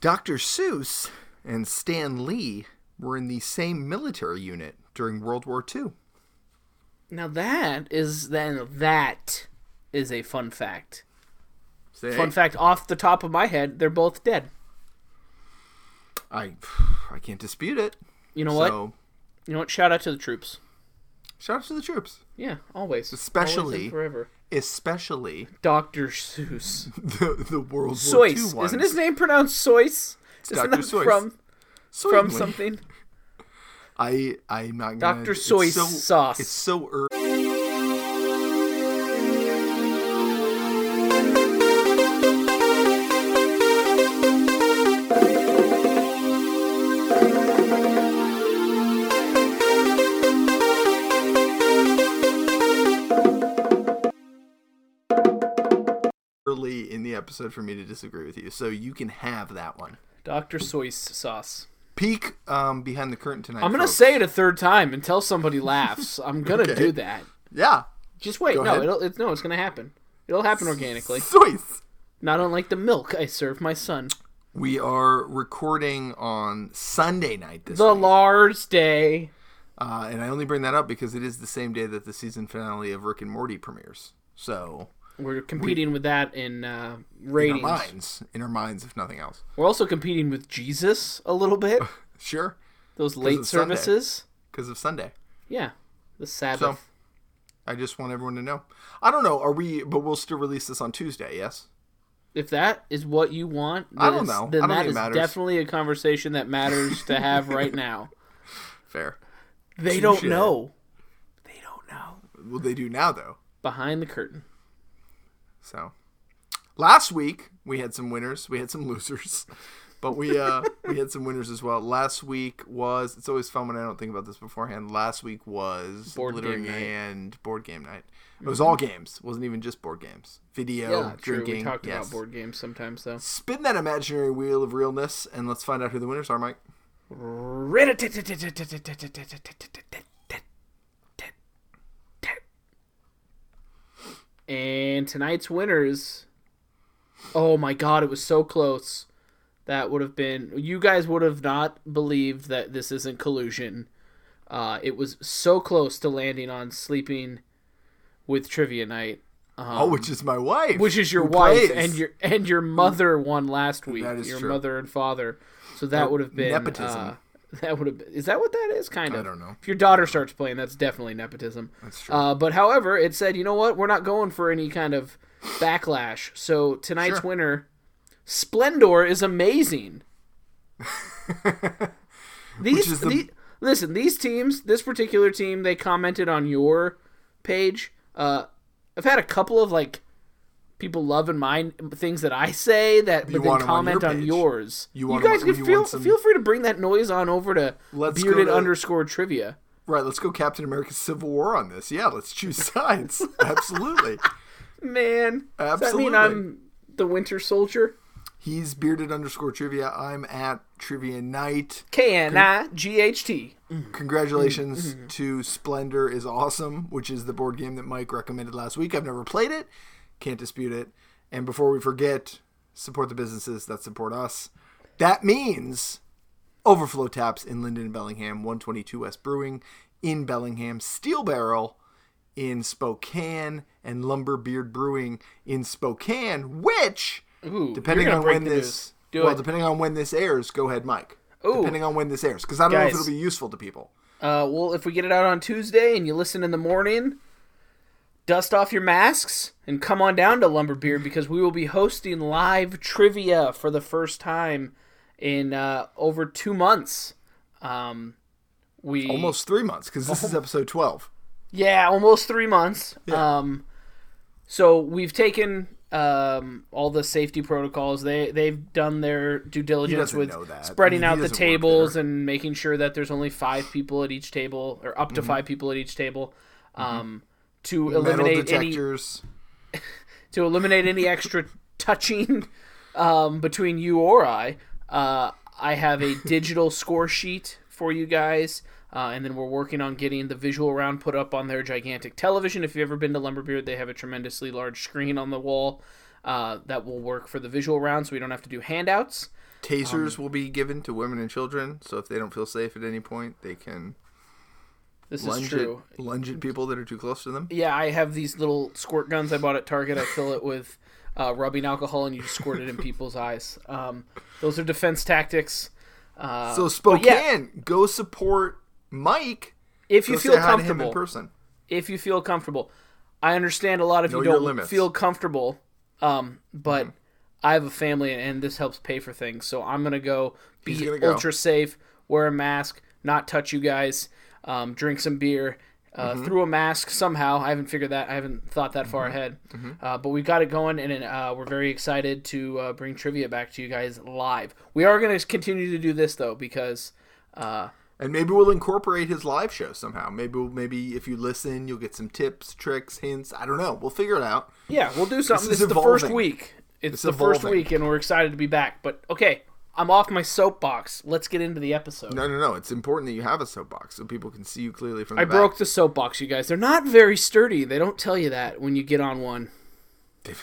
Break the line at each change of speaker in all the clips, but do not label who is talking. Dr. Seuss and Stan Lee were in the same military unit during World War II.
Now that is then that is a fun fact.
Say,
Fun fact off the top of my head, they're both dead.
I, I can't dispute it.
You know what?
so,
You know what? Shout out to the troops.
shout out to the troops,
Yeah, always. Always
Especially-
and forever.
especially
Dr. Seuss.
the, the World War II
Soyce.
ones.
Isn't his name pronounced Soyce? Isn't
Dr.
that
Seuss.
from
Soy
from
Lee.
something?
I I'm not gonna,
Dr.
it's
Soy
so-
sauce.
It's so early. early in the episode for me to disagree with you so you can have that one
Dr. Soyce sauce.
peek um, behind the curtain tonight
I'm gonna
folks.
say it a third time until somebody laughs. I'm gonna
Okay.
do that.
yeah
Just wait. no,
ahead.
it'll it's no, it's gonna happen. It'll happen organically.
Soyce.
Not unlike the milk I serve my son.
We are recording on Sunday night this
The
week,
Lars Day.
uh, and I only bring that up because it is the same day that the season finale of Rick and Morty premieres. So
We're competing with that in uh,
in our
ratings.
minds, in our minds, if nothing else.
We're also competing with Jesus a little bit.
Sure,
Those late
it's Sunday.
services.
because of Sunday.
Yeah, the Sabbath.
So I just want everyone to know. I don't know. Are we? But we'll still release this on Tuesday. Yes.
if that is what you want,
I don't
then it's-
know.
Then
I don't
that
think it
is
matters.
definitely a conversation that matters to have right now.
Fair.
They don't
Touche.
know. They don't know.
Well, they do now though.
Behind the curtain.
So last week we had some winners, we had some losers, but we uh, we had some winners as well. Last week was it's always fun when I don't think about this beforehand. Last week was
Board
littering
game night. Mm-hmm.
and board game night. It was all games, it wasn't even just board games. Video,
true.
Oh, drinking.
We talked
yes.
about board games sometimes, though.
Spin that imaginary wheel of realness, and let's find out who the winners are, Mike.
And tonight's winners. Oh my god, it was so close. That would have been. You guys would have not believed that this isn't collusion. Uh, it was so close to landing on sleeping with trivia night,
oh, which is my wife,
Um, which is your
who
wife
plays.
and your and your mother won last week.
That is
your
true.
mother and father. So that would have been
nepotism.
uh, that would have been, is that what that is? Kind of.
I don't know.
If your daughter starts playing, that's definitely nepotism.
That's true.
Uh, but however, it said, you know what? We're not going for any kind of backlash. So tonight's
Sure.
winner, Splendor, is amazing. these,
is the-
the- listen, these teams, this particular team, they commented on your page. Uh, I've had a couple of like people love and mind things that I say that, but then
want 'em on your
comment on,
page.
yours.
You
You,
want 'em
guys
on-
can
you
feel
want some-
feel free to bring that noise on over to
Let's go
bearded
to-
underscore trivia.
right, let's go Captain America: Civil War on this. Yeah, let's choose sides. Absolutely.
Man, does
Absolutely.
that mean I'm the Winter Soldier?
He's bearded underscore trivia. I'm at trivia night.
K N I G H T.
Congratulations to Splendor is awesome, which is the board game that Mike recommended last week. I've never played it, can't dispute it. And before we forget, support the businesses that support us. That means Overflow Taps in Linden and Bellingham, 122 West Brewing in Bellingham, Steel Barrel in Spokane, and Lumberbeard Brewing in Spokane, which
Ooh,
depending
you're gonna
on
break
when
the
this
news. Do
well
it.
depending on when this airs go ahead mike
Ooh.
depending on when this airs because i don't know if
Guys.
it'll be useful to people
Uh, well, if we get it out on Tuesday and you listen in the morning, dust off your masks and come on down to Lumberbeard because we will be hosting live trivia for the first time in uh, over two months. Um, we
almost three months because this is episode 12
Yeah, almost three months. Um, so we've taken um, all the safety protocols. They they've done their due diligence
doesn't
with
know that.
spreading
He
out the
doesn't work
tables and making sure that there's only five people at each table, or up to five people at each table, um, to
Mm-hmm. metal
eliminate any
detectors
to eliminate any extra touching um, between you or I. Uh, I have a digital score sheet for you guys, uh, and then we're working on getting the visual round put up on their gigantic television. If you've ever been to Lumberbeard, they have a tremendously large screen on the wall uh, that will work for the visual round, so we don't have to do handouts.
Tasers will be given to women and children, so if they don't feel safe at any point, they can
This is
lunge
true.
at, lunge at people that are too close to them.
Yeah, I have these little squirt guns I bought at Target. I fill it with uh, rubbing alcohol, and you just squirt it in people's eyes. Um, those are defense tactics. Uh,
So
but
Spokane,
yeah,
go support Mike.
if
Go
you
say
feel
hi to him in
comfortable,
person.
if you feel comfortable, I understand a lot of
Know
you
your
don't
limits. Mm-hmm.
feel comfortable. Um, but I have a family, and this helps pay for things. So I'm gonna go be
gonna go.
ultra safe, wear a mask, not touch you guys, um, drink some beer. Uh,
Mm-hmm.
Through a mask somehow. I haven't figured that. I haven't thought that far ahead.
Mm-hmm.
Uh, but we've got it going, and uh, we're very excited to uh, bring trivia back to you guys live. We are going to continue to do this though because uh,
And maybe we'll incorporate his live show somehow. Maybe we'll- maybe if you listen, you'll get some tips, tricks, hints. I don't know. We'll figure it out.
Yeah, we'll do something. This
This
is
is
the first
evolving.
week. It's
It's
the first
evolving.
week, and we're excited to be back. But okay, I'm off my soapbox. Let's get into the episode.
No, no, no. It's important that you have a soapbox so people can see you clearly from the
I
back.
broke the soapbox, you guys. They're not very sturdy. They don't tell you that when you get on one.
They,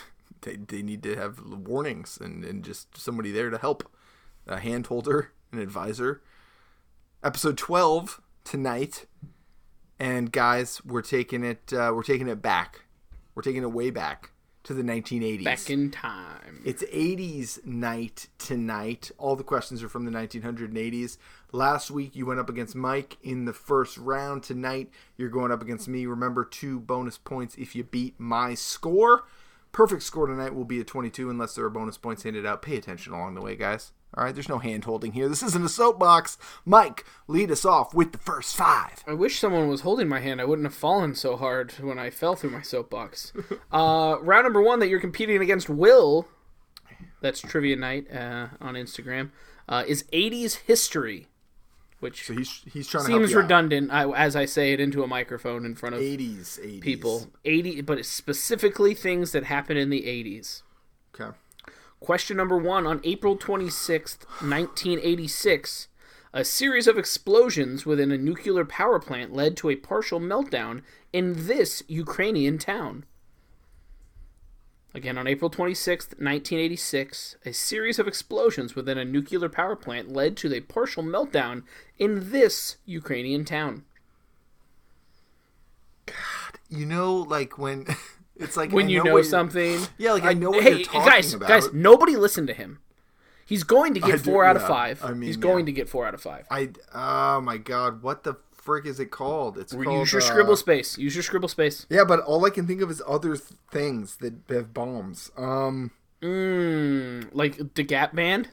they, they need to have warnings and, and just somebody there to help. A hand holder, an advisor. Episode 12 tonight. And guys, we're taking it uh, we're taking it back. We're taking it way back to the 1980s.
Back in time.
It's 80s night tonight. All the questions are from the 1980s. Last week you went up against Mike in the first round. Tonight you're going up against me. Remember, two bonus points if you beat my score. Perfect score tonight will be a 22 unless there are bonus points handed out. Pay attention along the way, guys. All right, there's no hand holding here. This isn't a soapbox. Mike, lead us off with the first five.
I wish someone was holding my hand. I wouldn't have fallen so hard when I fell through my soapbox. uh, round number one that you're competing against Will, that's Trivia Night uh, on Instagram, uh, is 80s history, which
So he's he's trying to help
seems
you out.
redundant I, as I say it into a microphone in front of
80s, 80s
people. Eighty, but it's specifically things that happened in the eighties.
Okay.
Question number one: On April twenty sixth, nineteen eighty six, a series of explosions within a nuclear power plant led to a partial meltdown in this Ukrainian town. Again, on April 26, 1986, a series of explosions within a nuclear power plant led to a partial meltdown in this Ukrainian town.
You know, like when it's like
when
I
you
know
know,
what you're-
something.
Yeah, like I know what
hey,
you're talking
guys,
about.
guys, nobody listen to him. He's going to
I
get
do-
four out of
yeah,
five.
I mean,
He's
yeah.
going to get four out of five.
I oh my god, what the frick is it called? It's called
Use your
uh,
scribble space. Use your scribble space.
Yeah, but all I can think of is other th- things that have bombs. Um,
Mm, like the Gap Band.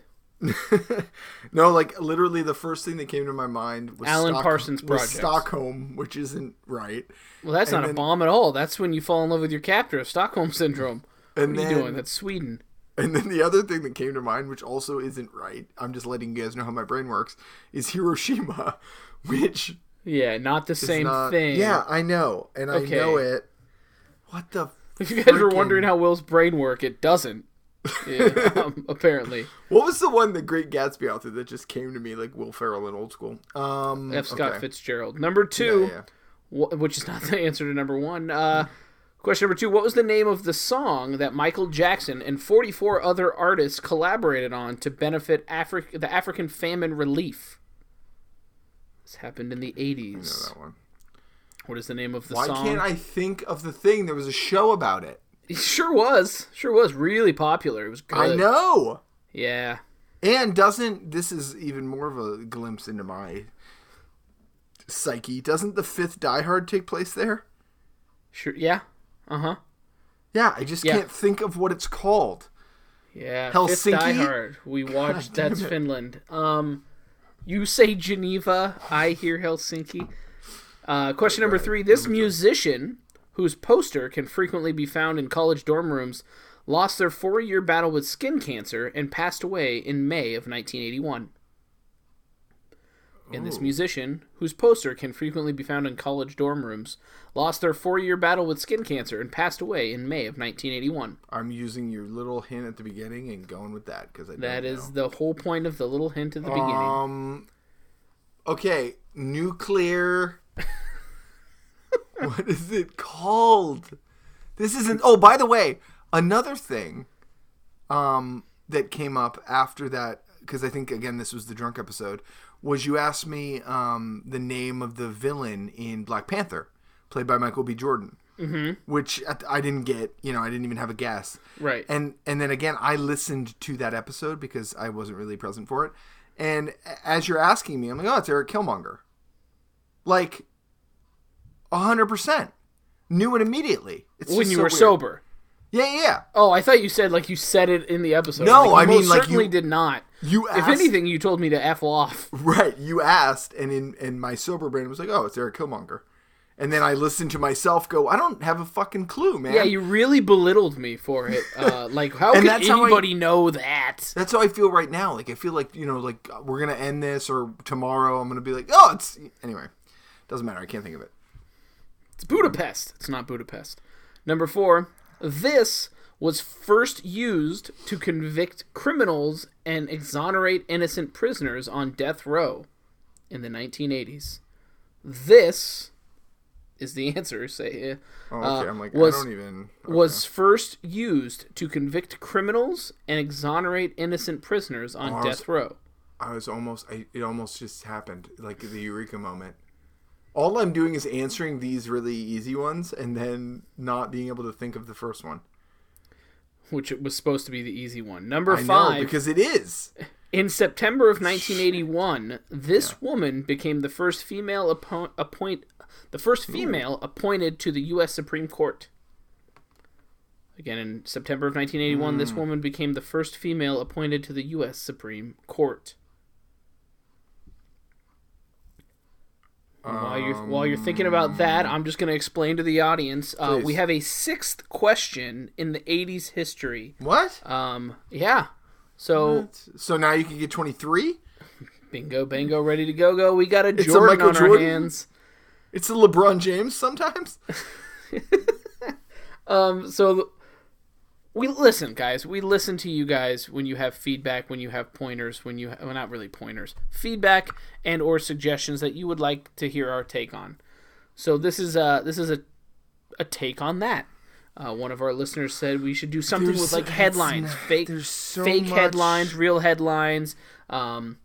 no, like literally the first thing that came to my mind was
Alan
Stock-
Parsons
was
Project.
Stockholm, which isn't right.
Well, that's not a
then-
bomb at all. That's when you fall in love with your captor, Stockholm syndrome.
And
What are
then,
you doing? That's Sweden.
and then the other thing that came to mind, which also isn't right. I'm just letting you guys know how my brain works. Is Hiroshima, which
Yeah, not the same
not-
thing.
Yeah, I know, and I know
Okay.
it. What the?
If you guys were
freaking-
wondering how Will's brain work, it doesn't. Yeah, um, apparently.
What was the one the Great Gatsby author that just came to me like Will Ferrell in Old School? Um,
F. Scott
okay.
Fitzgerald. Number two.
Yeah, yeah.
Wh- which is not the answer to number one. Uh, question number two: What was the name of the song that Michael Jackson and 44 other artists collaborated on to benefit Afri- the African famine relief? This happened in the 80s.
That one.
What is the name of the
Why
song?
can't I think of the thing? There was a show about it.
It sure was, sure was really popular. It was good.
I know.
Yeah.
And doesn't this is even more of a glimpse into my psyche? Doesn't the fifth Die Hard take place there?
Sure. Yeah. Uh huh.
Yeah, I just
Yeah.
can't think of what it's called.
Yeah. Fifth
Helsinki?
Die Hard. We watched.
damn
that's
it.
Finland. Um, you say Geneva. I hear Helsinki. Uh, question number three. This musician, whose poster can frequently be found in college dorm rooms, lost their four-year battle with skin cancer and passed away in May of 1981. And this musician, whose poster can frequently be found in college dorm rooms, lost their four-year battle with skin cancer and passed away in May of 1981.
I'm using your little hint at the beginning and going with that because I
That
don't
is the whole point of the little hint at the
know.
beginning.
um okay nuclear. what is it called? This isn't. Oh, by the way, another thing um, that came up after that because I think again this was the drunk episode, was you asked me um, the name of the villain in Black Panther, played by Michael B. Jordan, mm-hmm. which I, I didn't get. You know, I didn't even have a guess.
Right.
And and then again, I listened to that episode because I wasn't really present for it. And a- as you're asking me, I'm like, oh, it's Eric Killmonger. Like, hundred percent knew it immediately. It's
when
just
you
so
were
weird.
sober.
Yeah, yeah, yeah.
Oh, I thought you said like you said it in the episode.
No,
Like,
I
you most
mean, like,
certainly
you-
did not.
You
If
asked,
anything, you told me to f off.
right? You asked, and in and my sober brain was like, oh, it's Eric Killmonger. And then I listened to myself go, I don't have a fucking clue, man.
Yeah, you really belittled me for it. Uh, like, how
And
could
that's how I-
anybody know that?
That's how I feel right now. Like I feel like you know, like we're gonna end this, or tomorrow I'm gonna be like, oh, it's anyway. Doesn't matter. I can't think of it.
It's Budapest. It's not Budapest. Number four. This was first used to convict criminals and exonerate innocent prisoners on death row in the 1980s. This is the answer. Say. uh,
Oh, okay,
uh,
I'm like,
was-
I don't even.
was first used to convict criminals and exonerate innocent prisoners on
I was-
death row.
I was almost. I, it almost just happened, like the eureka moment. All I'm doing is answering these really easy ones, and then not being able to think of the first one.
Which it was supposed to be the easy one. Number
I
five.
know because it is.
in September of 1981, this woman became the first female appo- appoint, the first female appointed to the U.S. Supreme Court. Again, in September of 1981, this woman became the first female appointed to the U.S. Supreme Court. While you're, while you're thinking about that, I'm just going to explain to the audience. Uh, we
Please.
have a sixth question in the 80s history.
What?
Um, yeah. So,
So now you can get 23.
bingo, bango, ready to go, go. We got a
a
Jordan
Michael
on
Jordan?
our hands.
It's a LeBron James sometimes.
Um, so th- we listen, guys. We listen to you guys when you have feedback, when you have pointers, when you ha- well, not really pointers, feedback and or suggestions that you would like to hear our take on. So this is uh this is a a take on that. Uh, one of our listeners said we should do something
There's-
with like
it's
headlines,
not-
fake
there's so
fake
much-
headlines, real headlines. Um,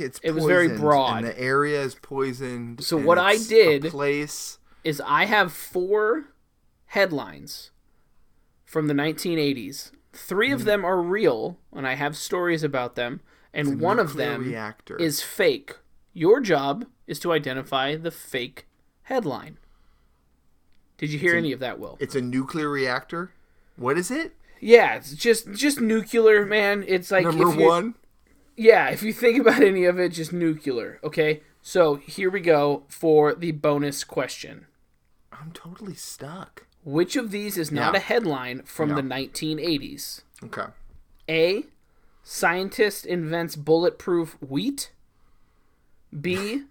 It's
It was very
poisoned,
broad.
And the area is poisoned.
So
and
what I
it's a
did-
place.
is I have four headlines from the 1980s. Three
Hmm.
of them are real, and I have stories about them, and one of
nuclear
them
reactor.
is fake. Your job is to identify the fake headline. Did you hear any of that, Will?
It's a nuclear reactor. What is it?
yeah, it's just just nuclear, man. It's like
Number
if you-
one.
Yeah, if you think about any of it, just nuclear. Okay, so here we go for the bonus question.
I'm totally stuck.
Which of these is not
Yeah.
a headline from
Yeah.
the 1980s?
Okay.
A. Scientist invents bulletproof wheat. B.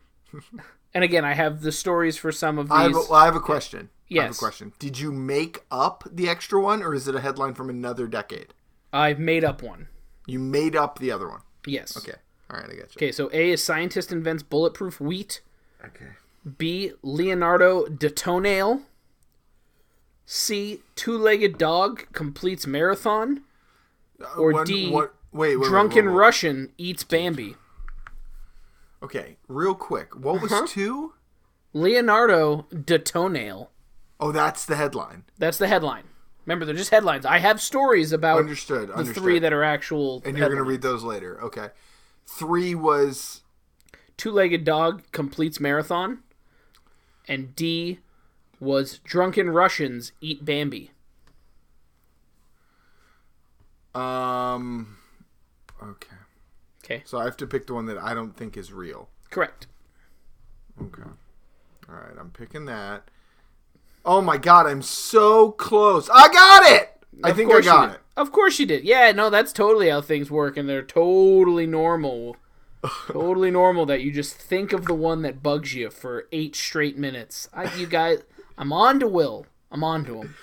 and again, I have the stories for some of these.
I uh, have, a, well, I have a question. I have a
Yes.
question. Did you make up the extra one, or is it a headline from another decade?
I've made up one.
You made up the other one.
Yes.
Okay. All right, I got you.
Okay, so A is scientist invents bulletproof wheat.
Okay.
B. Leonardo de toenail. C. Two legged dog completes marathon. Or D,
Uh, wait, wait, wait,
Drunken
wait, wait.
Russian eats Bambi.
Okay, real quick. What was
Uh-huh.
two?
Leonardo de toenail.
Oh, that's the headline.
That's the headline. Remember, they're just headlines. I have stories about
Understood.
Oh, the
understood.
three that are actual.
and you're gonna
headlines.
read those later. Okay. Three was
Two-legged dog completes marathon, and D was drunken Russians eat Bambi.
um. Okay.
Okay,
So I have to pick the one that I don't think is real.
correct.
Okay. All right, I'm picking that. Oh my god, I'm so close. I got it. I think I
course you
got
did.
it.
Of course you did. Yeah, no, that's totally how things work, and they're totally normal. totally normal that you just think of the one that bugs you for eight straight minutes. I, you guys, I'm on to Will. I'm on to him.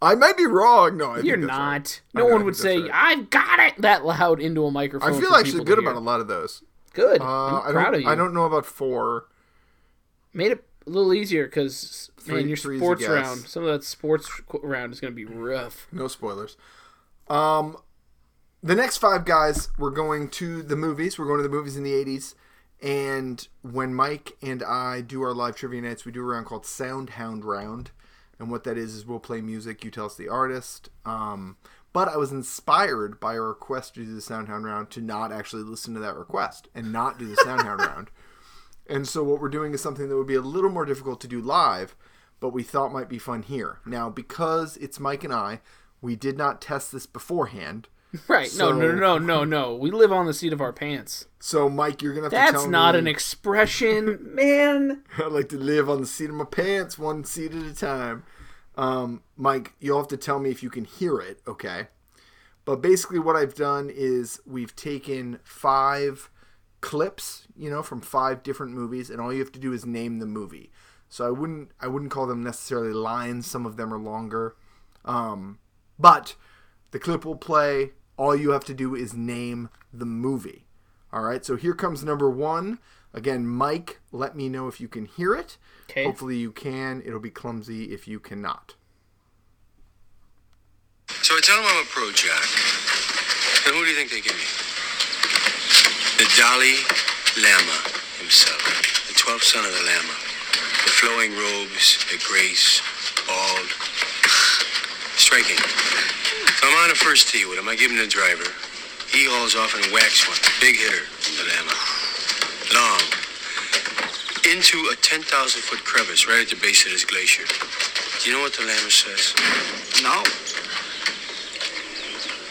I might be wrong. No, I
You're
think that's
not.
right.
No
I
one
think
would
that's
say,
right.
I've got it that loud into a microphone.
I feel
for
actually
people
good
to
about
hear.
a lot of those.
Good.
Uh,
I'm
I
proud
don't.
of you.
I don't know about four.
Made it a little easier because,
Three-
man, your
three's a
sports
guess.
round, some of that sports qu- round is going to be rough.
No spoilers. Um, the next five guys we're going to the movies we're going to the movies in the 80s and when mike and i do our live trivia nights we do a round called sound hound round and what that is is we'll play music you tell us the artist um, but i was inspired by a request to do the sound hound round to not actually listen to that request and not do the sound hound round and so what we're doing is something that would be a little more difficult to do live but we thought might be fun here now because it's mike and i we did not test this beforehand
Right.
So-
no, no, no, no, no. We live on the seat of our pants.
So, Mike, you're gonna have to
That's
tell
not
me.
an expression, man.
I like to live on the seat of my pants, one seat at a time. Um, Mike, you'll have to tell me if you can hear it, okay? But basically, what I've done is we've taken five clips, you know, from five different movies, and all you have to do is name the movie. So I wouldn't, I wouldn't call them necessarily lines. Some of them are longer, um, but the clip will play. All you have to do is name the movie. All right, so here comes number one. Again, Mike, let me know if you can hear it.
'Kay.
Hopefully you can. It'll be clumsy if you cannot.
So I tell them I'm a pro jack. And who do you think they give me? The Dalai Lama himself, the 12th son of the Lama. The flowing robes, the grace, bald. Striking. So I'm on a first tee with him. I give him the driver. He hauls off and whacks one. Big hitter, the Lama. Long. Into a 10,000 foot crevice right at the base of this glacier. Do you know what the Lama says? No.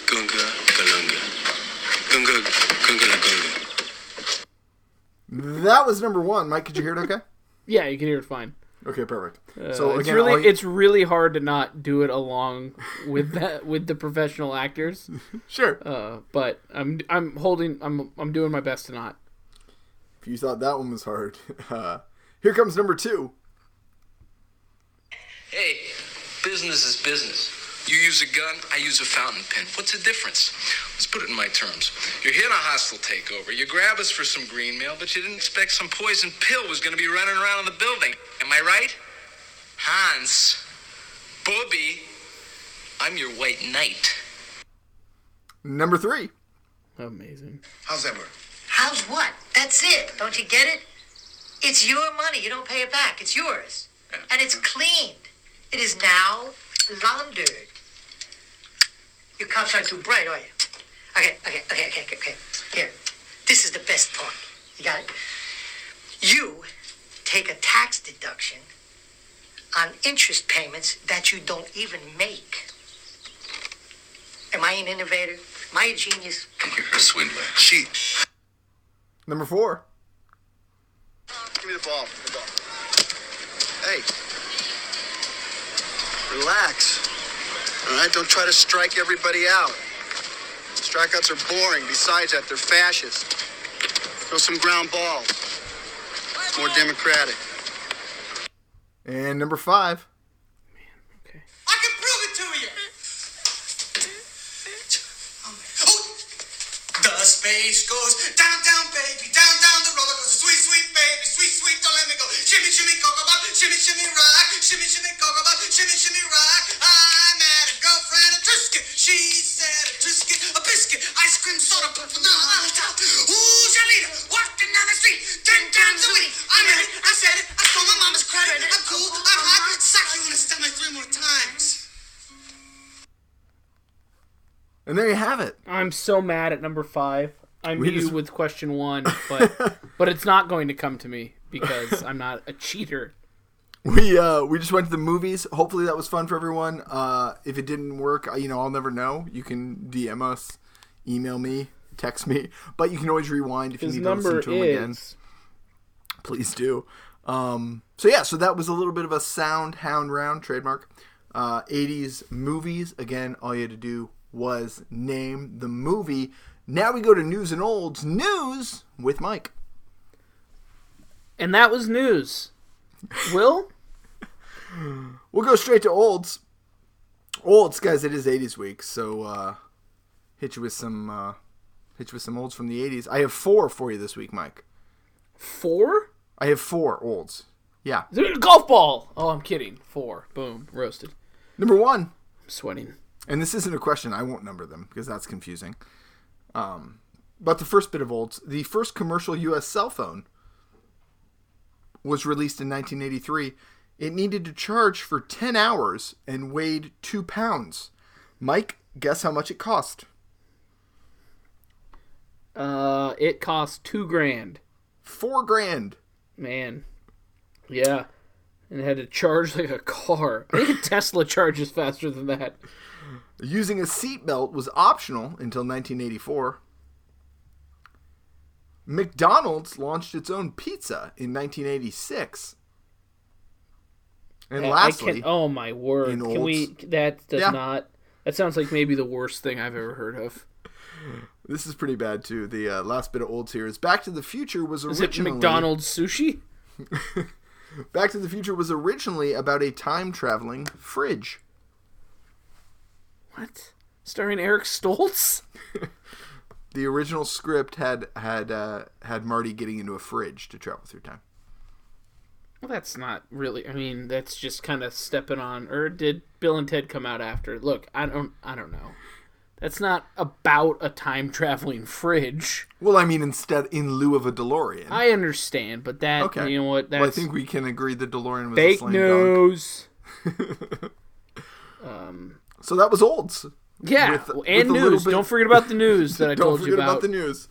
Gunga Galunga. Gunga Gunga la Gunga.
That was number one. Mike, could you hear it okay?
Yeah, you can hear it fine.
okay, perfect. so
Uh, it's
again, all
really
you-
it's really hard to not do it along with that with the professional actors.
sure.
Uh, but I'm I'm holding I'm I'm doing my best to not.
if you thought that one was hard, uh, here comes number two.
Hey, business is business. You use a gun, I use a fountain pen. What's the difference? Let's put it in my terms. You're here on a hostile takeover. You grab us for some green mail, but you didn't expect some poison pill was going to be running around in the building. Am I right? Hans, Bobby, I'm your white knight.
Number three.
Amazing.
How's that work?
How's what? That's it. Don't you get it? It's your money. You don't pay it back. It's yours. And it's cleaned. It is now laundered. Your cops aren't too bright, are you? Okay, okay, okay, okay, okay, okay. Here. This is the best part. You got it? You take a tax deduction on interest payments that you don't even make. Am I an innovator? Am I a genius?
You're a swindler. She.
Number four.
Give me the ball. The ball. Hey. Relax. All right, don't try to strike everybody out. Strikeouts are boring. Besides that, they're fascist. Throw some ground balls. It's more democratic.
And number five.
Okay.
I can prove it to you. Oh. The space goes down, down, baby, down, down the roller coaster. Sweet, sweet, baby, sweet, sweet, don't let me go. Shimmy, shimmy, cocoa pop, shimmy, shimmy, rock, shimmy, shimmy, cocoa pop, shimmy, shimmy, rock. I met a girlfriend, a Trisket. She said a Trisket, a biscuit, ice cream, soda pop, vanilla on top. Who's your leader? Walking down the street, ten times a week. I met it, I said it, I stole my mama's credit. I'm cool, I'm hot, suck you in the stomach three more times.
And there you have it.
I'm so mad at number five. I knew
We just-
with question one, but but it's not going to come to me because I'm not a cheater.
We uh, we just went to the movies. Hopefully that was fun for everyone. Uh, if it didn't work, I- you know I'll never know. You can DM us, email me, text me, but you can always rewind if you
His
need to
number
listen to them again.
is
please do. Um, so yeah, so that was a little bit of a sound hound round trademark. Uh, 80s movies. Again, all you had to do was name the movie. Now we go to news and olds news with Mike.
and that was news. Will
We'll go straight to olds. Olds, guys. It is 80s week, so uh, hit you with some uh, hit you with some olds from the 80s. I have four for you this week, Mike.
four?
I have four olds. Yeah.
Golf ball. Oh, I'm kidding. Four. Boom. Roasted.
Number one,
I'm sweating.
and this isn't a question. I won't number them because that's confusing. Um, But the first bit of olds, the first commercial U.S. cell phone was released in 1983. It needed to charge for 10 hours and weighed two pounds. Mike, guess how much it cost?
Uh, it costs two grand.
Four grand.
Man. Yeah. And it had to charge like a car. I think a Tesla charges faster than that.
Using a seatbelt was optional until 1984. McDonald's launched its own pizza in 1986. And
I- I
lastly,
can, oh my word.
in
Can we that does
Yeah.
not that sounds like maybe the worst thing I've ever heard of.
this is pretty bad too. The uh, last bit of olds here is Back to the Future was
Is it
originally
McDonald's sushi?
Back to the Future was originally about a time traveling fridge.
What? Starring Eric Stoltz?
The original script had had uh, had Marty getting into a fridge to travel through time.
Well, that's not really. I mean, that's just kind of stepping on. Or did Bill and Ted come out after? Look, I don't. I don't know. That's not about a time traveling fridge.
Well, I mean, instead in lieu of a DeLorean.
I understand, but that
okay,
you know what? That's
Well, I think we can agree that DeLorean was a
fake
slam dunk.
news.
So that was olds.
Yeah,
With-
well,
with
and
a little
news.
bit-
Don't forget about the news that I
Don't
told
forget
you
about.
about.
the news.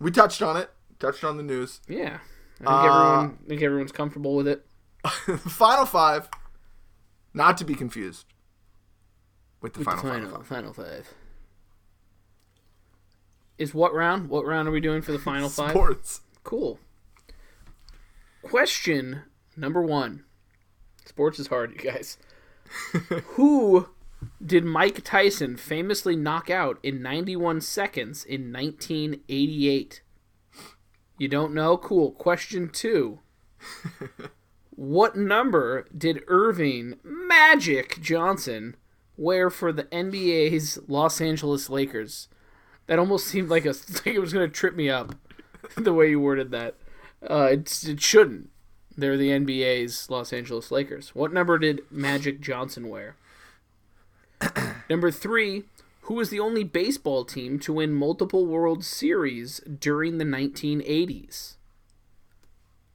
We touched on it. Touched on the news.
Yeah, I
Uh,
think everyone. I think everyone's comfortable with it.
The final five, not to be confused with the final,
Final,
final five.
final five. Is what round? What round are we doing for the final five?
Sports.
Cool. Question number one. Sports is hard, you guys. Who did Mike Tyson famously knock out in 91 seconds in 1988? You don't know? Cool. Question two. what number did Irving Magic Johnson wear for the NBA's Los Angeles Lakers? That almost seemed like a like it was going to trip me up the way you worded that. Uh, it's, it shouldn't. They're the NBA's Los Angeles Lakers. What number did Magic Johnson wear? number three, who was the only baseball team to win multiple World Series during the 1980s?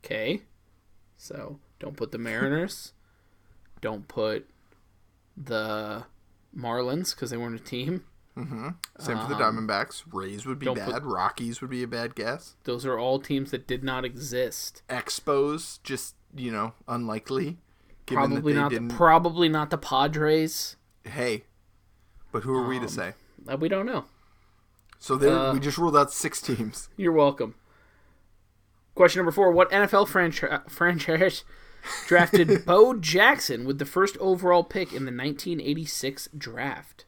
Okay. So don't put the Mariners. don't put the Marlins because they weren't a team.
Same for the Diamondbacks. Rays would be
Um, don't
bad.
put-
Rockies would be a bad guess.
Those are all teams that did not exist.
Expos, just you know, unlikely. Given that
Probably
they
not. The,
didn't.
probably not the Padres.
hey, but who are we to say?
Uh, we don't know.
So there,
uh,
we just ruled out six teams.
You're welcome. Question number four: What NFL franchi- franchise drafted Bo Jackson with the first overall pick in the 1986 draft?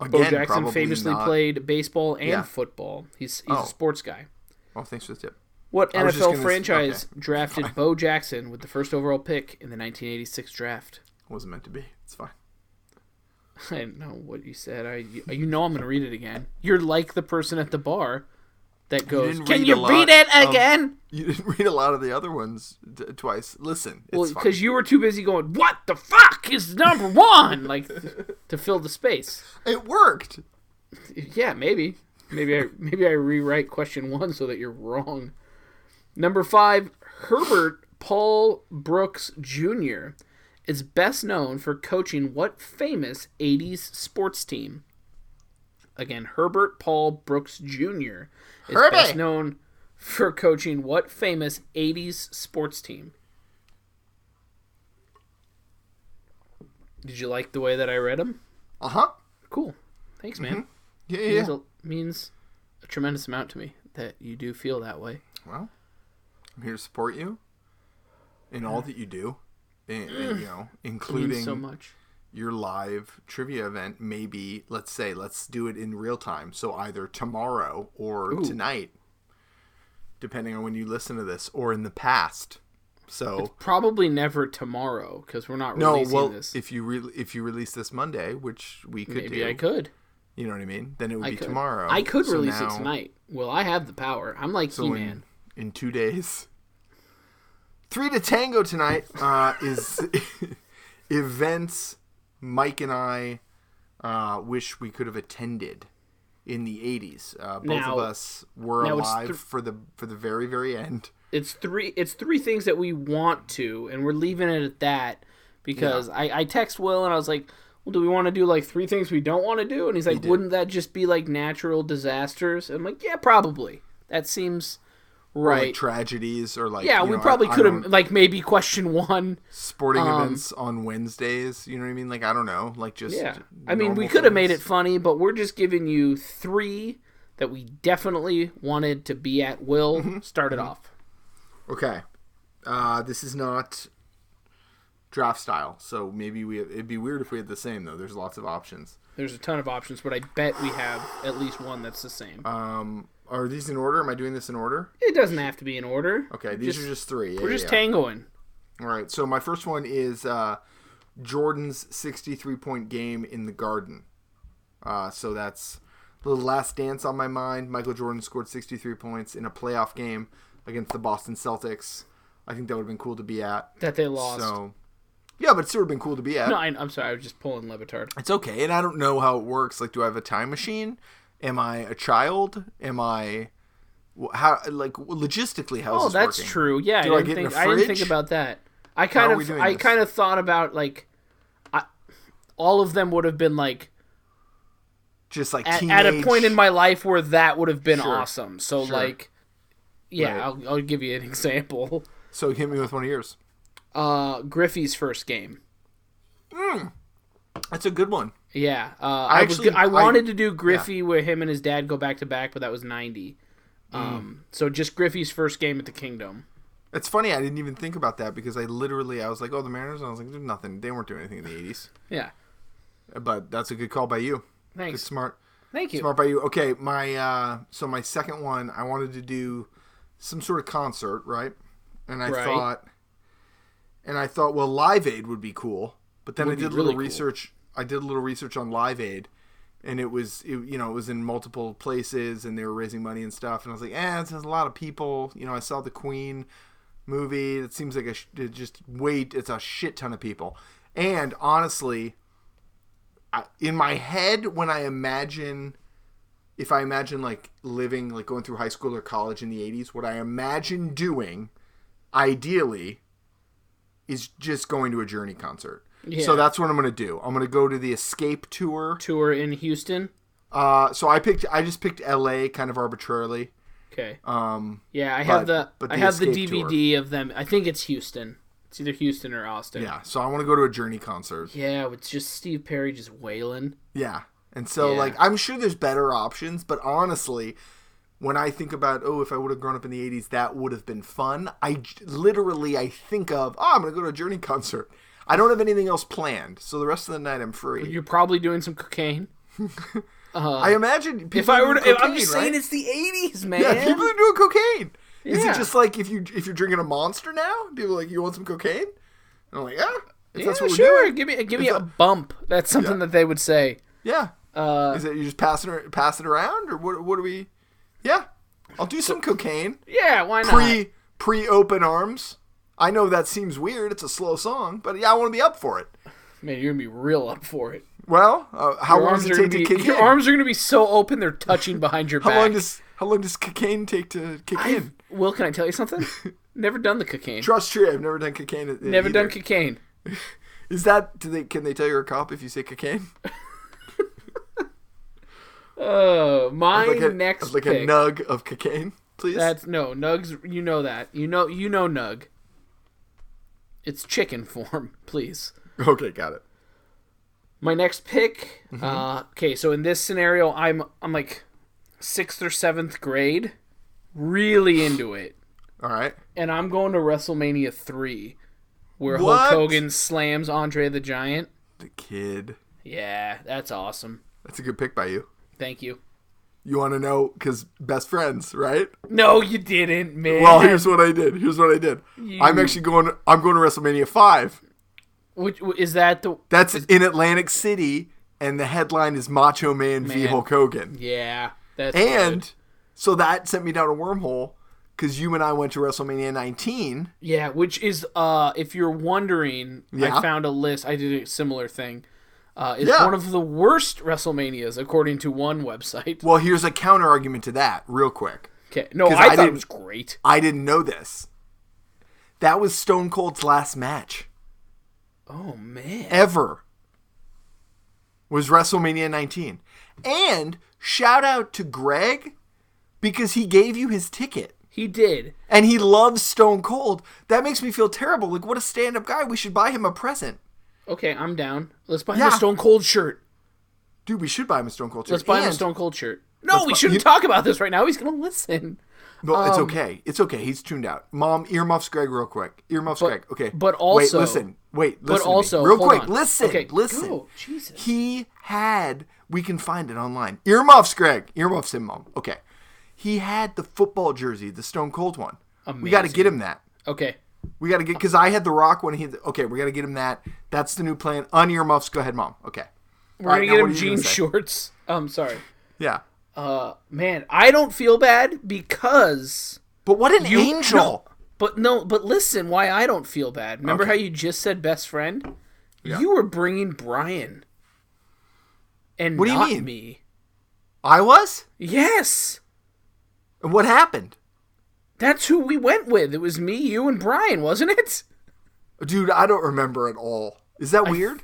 Bo
Again,
Jackson
probably
famously
not.
played baseball and
Yeah.
football. He's he's
Oh.
a sports guy.
Oh, thanks for the tip.
What
was just
NFL
gonna s-
franchise
okay.
drafted Bo Jackson with the first overall pick in the 1986 draft?
Wasn't meant to be. It's fine.
I didn't know what you said. I you, you know I'm gonna read it again. You're like the person at the bar that goes,
didn't
"Can
read
you
a lot
read it
of-
again?"
You didn't read a lot of the other ones t- twice. Listen, it's
Well,
fine.
because you were too busy going, "What the fuck is number one?" like to fill the space.
it worked.
Yeah, maybe, maybe I maybe I rewrite question one so that you're wrong. Number five, Herbert Paul Brooks Jr. is best known for coaching what famous '80s sports team? Again, Herbert Paul Brooks Jr. is best
Herbie.
known for coaching what famous '80s sports team? Did you like the way that I read them?
Uh huh.
Cool. Thanks, man.
Yeah,
Means,
yeah. yeah.
a, means a tremendous amount to me that you do feel that way.
Well, I'm here to support you in all that you do, and, and, you know,
It means
including
so much.
your live trivia event. Maybe let's say let's do it in real time. So either tomorrow or tonight, depending on when you listen to this, or in the past. So
Probably never tomorrow because we're not
no,
releasing
well,
this.
if you re- if you release this Monday, which we could
Maybe
do,
I could.
you know what I mean? Then it would
I
be
could.
tomorrow.
I could
So
release it
now-
tonight. Well, I have the power. I'm like
So
He-Man.
in, in two days. Three to Tango tonight uh, is events Mike and I uh, wish we could have attended. in the 80s. Uh, both
Now-
of us were
now it's
alive
th-
for the for the very very end.
it's three it's three things that we want to and we're leaving it at that because I, I text will and i was like well do we want to do like three things we don't want to do and he's like wouldn't that just be like natural disasters and i'm like yeah probably that seems
Or,
right
Like tragedies or like
yeah
you
we
know,
probably
I- I
could
don't-
have um, like maybe question one
sporting events on Wednesdays. You know what I mean? Like I don't know, like just
yeah i mean we
normal
could have made it
things.
funny but we're just giving you three that we definitely wanted to be at will
Mm-hmm.
start it off
Okay, uh, this is not draft style, so maybe we it'd be weird if we had the same though. There's lots of options.
there's a ton of options but i bet we have at least one that's the same
Uh, Are these in order? Am I doing this in order?
It doesn't have to be in order.
Okay, these are just three. Yeah,
We're just
yeah, yeah.
tangoing.
All right. So my first one is uh, Jordan's 63 point game in the Garden. Uh, so that's the last dance on my mind. Michael Jordan scored 63 points in a playoff game against the Boston Celtics. I think that would have been cool to be at.
That they lost.
So, yeah, but it still would have been cool to be at.
No, I, I'm sorry. I was just pulling Levitard.
It's okay, and I don't know how it works. Like, do I have a time machine? Am I a child? Am I wh- how like logistically? How's
Oh,
this
that's
working?
true. Yeah,
Do I
I didn't
get in
think
a
I didn't
fridge?
think about that. I kind
are we
of
doing
I
this?
kind of thought about like, I, all of them would have been like
Just like
at,
teenage,
at a point in my life where that would have been
Sure.
awesome. So
Sure.
like, yeah,
Right.
I'll, I'll give you an example.
So hit me with one of yours.
Uh, Griffey's first game.
That's a good one.
Yeah, uh, I,
actually-
was go- I
I-
wanted to do Griffey where him and his dad go back to back, but that was ninety.
Mm.
Um, so just Griffey's first game at the Kingdom.
It's funny. I didn't even think about that because I literally I was like, oh, the Mariners. And I was like, there's nothing. They weren't doing anything in the '80s.
Yeah,
But that's a good call by you.
thanks.
It's smart.
Thank you.
Smart by you. Okay, my uh, so my second one, I wanted to do some sort of concert, right? And I
Right.
thought, and I thought, well, Live Aid would be cool. But then I
be
did a little
really cool.
research. I did a little research on Live Aid, and it was it, you know it was in multiple places, and they were raising money and stuff. And I was like, eh, there's a lot of people. You know, I saw the Queen movie. It seems like a sh- it just wait, it's a shit ton of people. And honestly, I, in my head, when I imagine, if I imagine like living, like going through high school or college in the '80s, what I imagine doing, ideally, is just going to a Journey concert. So
Yeah.
that's what I'm gonna do. I'm gonna go to the Escape tour.
Tour in Houston.
Uh, so I picked, I just picked L.A. kind of arbitrarily.
Okay.
Um,
yeah, I
but-
have the,
but
I
the
have the
Escape
DVD of them. I think it's Houston. It's either Houston or Austin.
yeah. So I want to go to a Journey concert.
Yeah, it's just Steve Perry just wailing.
Yeah. And so
Yeah.
like I'm sure there's better options, but honestly, when I think about oh if I would have grown up in the 80s that would have been fun, I j- literally I think of oh I'm going to go to a Journey concert. I don't have anything else planned, so the rest of the night I'm free.
You're probably doing some cocaine.
I imagine people
If I were,
doing
to, if I'm
cocaine,
just saying
right?
it's the '80s, man.
yeah, people are doing cocaine. Is
Yeah.
it just like if you if you're drinking a monster now? Do you like you want some cocaine? And I'm like yeah, if that's
Yeah,
what we're
sure.
doing.
Give me, give me
If
a
that-
bump. That's something
Yeah.
that they would say.
Yeah. Uh, Is it you just passing it passing it around or what? What do we? Yeah, I'll do some cocaine.
Yeah, why not?
pre pre open arms. I know that seems weird. It's a slow song, but yeah, I want to be up for it.
man, you're gonna be real up for it.
Well, uh, how
Your
long
arms
does
are
it
gonna
take
be,
to kick
your
in?
arms are gonna be so open they're touching behind your
how
back.
long does how long does cocaine take to kick in?
Will, can I tell you something? Never done the cocaine.
Trust tree. I've never done cocaine. e-
Never done
either.
cocaine.
Is that do they? Can they tell you're a cop if you say cocaine?
Uh, my
Like a
next
like
pick.
a nug of cocaine, please.
That's no nugs. You know that. You know. You know nug. It's chicken form, please.
okay. Got it.
My next pick.
Mm-hmm.
Uh, okay, so in this scenario, I'm I'm like sixth or seventh grade, really into it,
All right.
and I'm going to WrestleMania three, where
What?
Hulk Hogan slams Andre the Giant.
The kid.
Yeah, that's awesome.
That's a good pick by you.
Thank you.
You want to know because best friends, right?
No, you didn't, man.
Well, here's what I did. Here's what I did. I'm actually going. I'm going to WrestleMania five.
Which is that the
That's in Atlantic City, and the headline is Macho Man, v
Man.
Hulk Hogan.
yeah? That's
And
good.
so that sent me down a wormhole because you and I went to WrestleMania 19.
Yeah, which is uh if you're wondering,
Yeah.
I found a list. I did a similar thing. uh, is
Yeah.
one of the worst WrestleManias, according to one website.
Well, here's a counter argument to that, real quick.
Okay, no,
'Cause
I,
I
thought it
didn't-
was great.
I didn't know this. That was Stone Cold's last match
Oh man,
ever. Was WrestleMania 19. And shout out to Greg because he gave you his ticket.
he did.
and he loves Stone Cold. That makes me feel terrible. Like, what a stand up guy. We should buy him a present.
Okay, I'm down. Let's buy him
Yeah.
a Stone Cold shirt.
Dude, we should buy him a Stone Cold shirt.
Let's buy him a
And-
Stone Cold shirt. No, we
buy-
shouldn't
you-
talk about this right now. He's gonna listen.
No, it's
Um,
okay. It's okay. He's tuned out. Mom, earmuffs Greg real quick. Earmuffs Greg. Okay.
but
Wait,
also-
listen. Wait, listen.
But
to me.
also,
Real
hold
quick.
on.
Listen.
Okay,
listen.
go. Jesus.
He had, we can find it online. Earmuffs Greg. Earmuffs him, Mom. Okay. He had the football jersey, the Stone Cold one. We got to get him that.
Okay,
We got to get, because I had The Rock when he, okay, we got to get him that. That's the new plan. On earmuffs. Go ahead, Mom. Okay. All
we're gonna
right, now
get
what
him
are you gonna
jean
say?
shorts. I'm sorry, Uh,
Yeah.
man. I don't feel bad because.
But what an
You-
angel!
But no, but listen, why I don't feel bad. Remember how you just said best friend? You were bringing Brian. And
What do you
not
mean?
me.
I was?
Yes.
And what happened?
That's who we went with. It was me, you, and Brian, wasn't it?
Dude, I don't remember at all. Is that weird?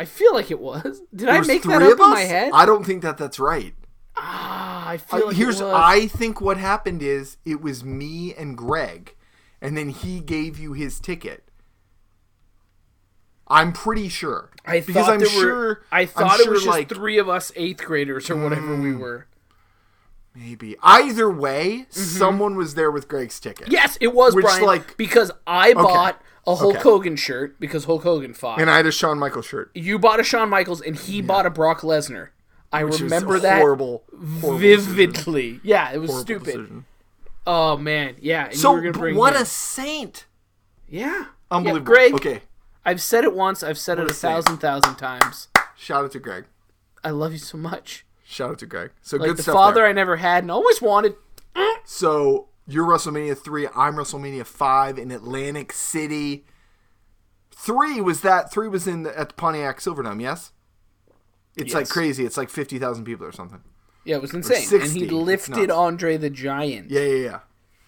I feel like it was. Did
There
I
was
make
three
that up
of
in my
us?
head?
I don't think that that's right.
Ah, I feel
I-
like
here's
it was.
I think what happened is it was me and Greg and then he gave you his ticket. I'm pretty sure.
I
because
thought
I'm
there
sure
were, I
I'm
thought it
sure,
was just
like Hmm.
three of us eighth graders or whatever we were.
maybe either way,
Mm-hmm.
someone was there with Greg's ticket.
Yes, it was
Which,
Brian
like-
because I bought a Hulk
Okay.
Hogan shirt because Hulk Hogan fought.
And I had a Shawn Michael shirt.
you bought a Shawn Michaels and he bought a Brock Lesnar. I
Which was
remember
a
that
horrible, horrible decision.
vividly. Yeah, it was
Horrible
stupid.
decision.
Oh man, yeah. And
So
you were gonna
but
bring
what
him.
a saint!
yeah,
Unbelievable.
Yeah, Greg,
Okay,
I've said it once. I've said it
a
a thousand, thousand times.
shout out to Greg.
I love you so much.
Shout out to Greg. So
Like
good
the
stuff.
father
there.
I never had and always wanted.
So you're WrestleMania three. I'm WrestleMania five in Atlantic City. Three was that. Three was in the, at the Pontiac Silverdome. Yes. It's like
Yes.
crazy. It's like fifty thousand people or something.
Yeah, it was insane. And
60.
he
It's
lifted
nuts.
Andre the Giant.
Yeah, yeah, yeah.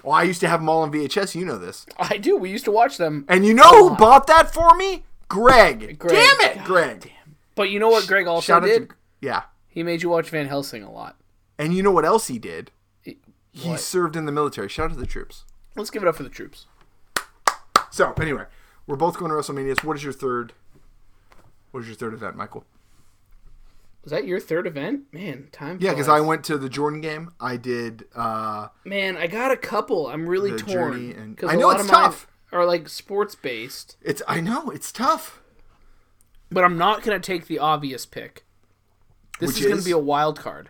Well, I used to have them all on VHS. You know this.
I do. We used to watch them.
And you know who bought that for me? Greg.
Greg.
Damn it,
God
Greg.
But you know what Greg also
Shout out
did?
to yeah.
He made you watch Van Helsing a lot.
And you know what else he did? He
What?
served in the military. Shout out to the troops.
Let's give it up for the troops.
So anyway, we're both going to WrestleManias. What is your third? What is your third event, Michael?
Was that your third event? Man, time.
Yeah, because I
flies.
went to the Jordan game. I did. uh
Man, I got a couple. I'm really
The Journey
torn
and-
because
I
a
know
lot
it's
of mine
tough.
are like sports based,
It's. I know it's tough.
but I'm not gonna take the obvious pick. This
Which
is, gonna
is?
be a wild card.